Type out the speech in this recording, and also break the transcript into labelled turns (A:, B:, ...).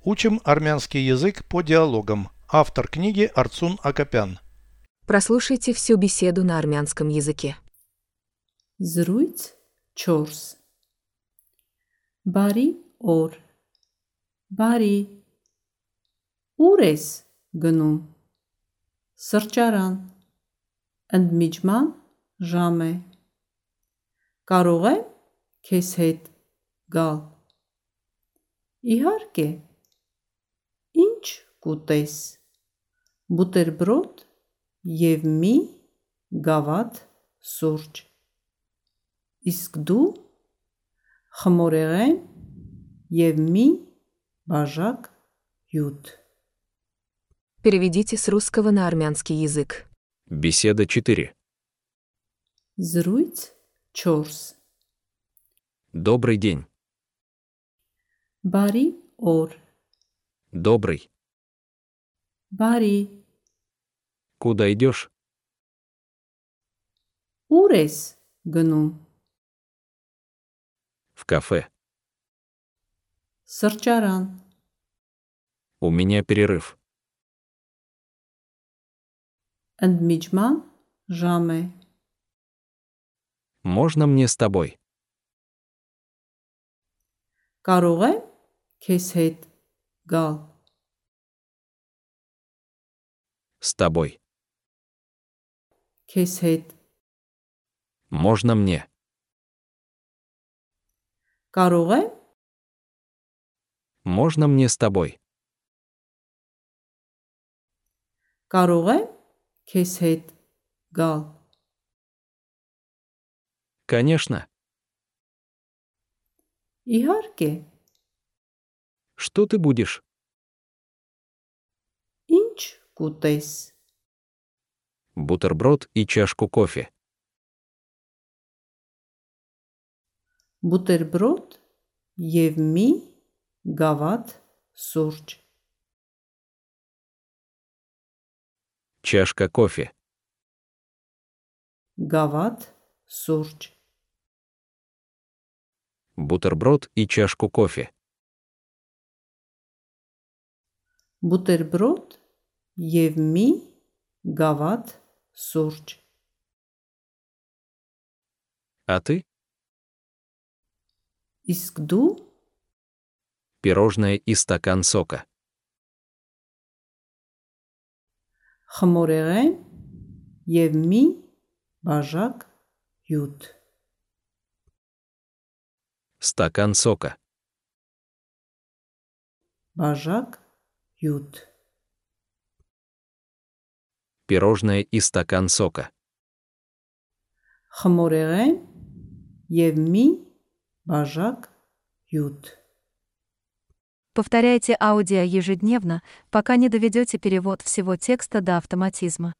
A: Учим армянский язык по диалогам. Автор книги Арцун Акопян.
B: Прослушайте всю беседу на армянском языке.
C: Զրույց 4 Բարի օր Բարի Ուր ես գնում Սրճարան Ընդմիջման ժամ է Կարող եմ քեզ հետ գալ Իհարկե Ինչ կուտես Բուտերբրոդ եւ մի գավաթ սուրճ Իսկ դու խմորեղեն եւ մի բաժակ յուտ։
B: Переведите с русского на армянский язык.
D: Беседа 4.
C: Զրույց 4
D: Добрый день.
C: Բարի օր։
D: Добрый.
C: Բարի։
D: Куда идешь?
C: Ուր ես գնում։
D: В кафе.
C: Սրճարան։
D: У меня перерыв.
C: Ընդմիջման ժամ է։
D: Можно мне с тобой?
C: Կարող եմ քեզ հետ գալ։
D: С тобой.
C: Քեզ հետ
D: Можно мне?
C: կարող եմ
D: Можно мне с тобой?
C: կարող եմ քեզ հետ գալ։
D: Конечно.
C: Իհարկե։
D: Что ты будешь?
C: Ինչ կուտես։
D: Бутерброд и чашку кофе.
C: Բուտերբրոդ եւ մի գավաթ սուրճ։
D: Чашка кофе.
C: Գավաթ սուրճ։
D: Бутерброд и чашку кофе.
C: Բուտերբրոդ եւ մի գավաթ սուրճ։
D: А ты?
C: Իսկ դու
D: Пирожное и стакан сока.
C: խմորեղեն եւ մի բաժակ յուտ։
D: Стакан сока.
C: Բաժակ յուտ։
D: Пирожное и стакан сока.
C: Խմորեղեն եւ մի բաժակ յուտ։
E: Повторяйте аудио ежедневно, пока не доведете перевод всего текста до автоматизма.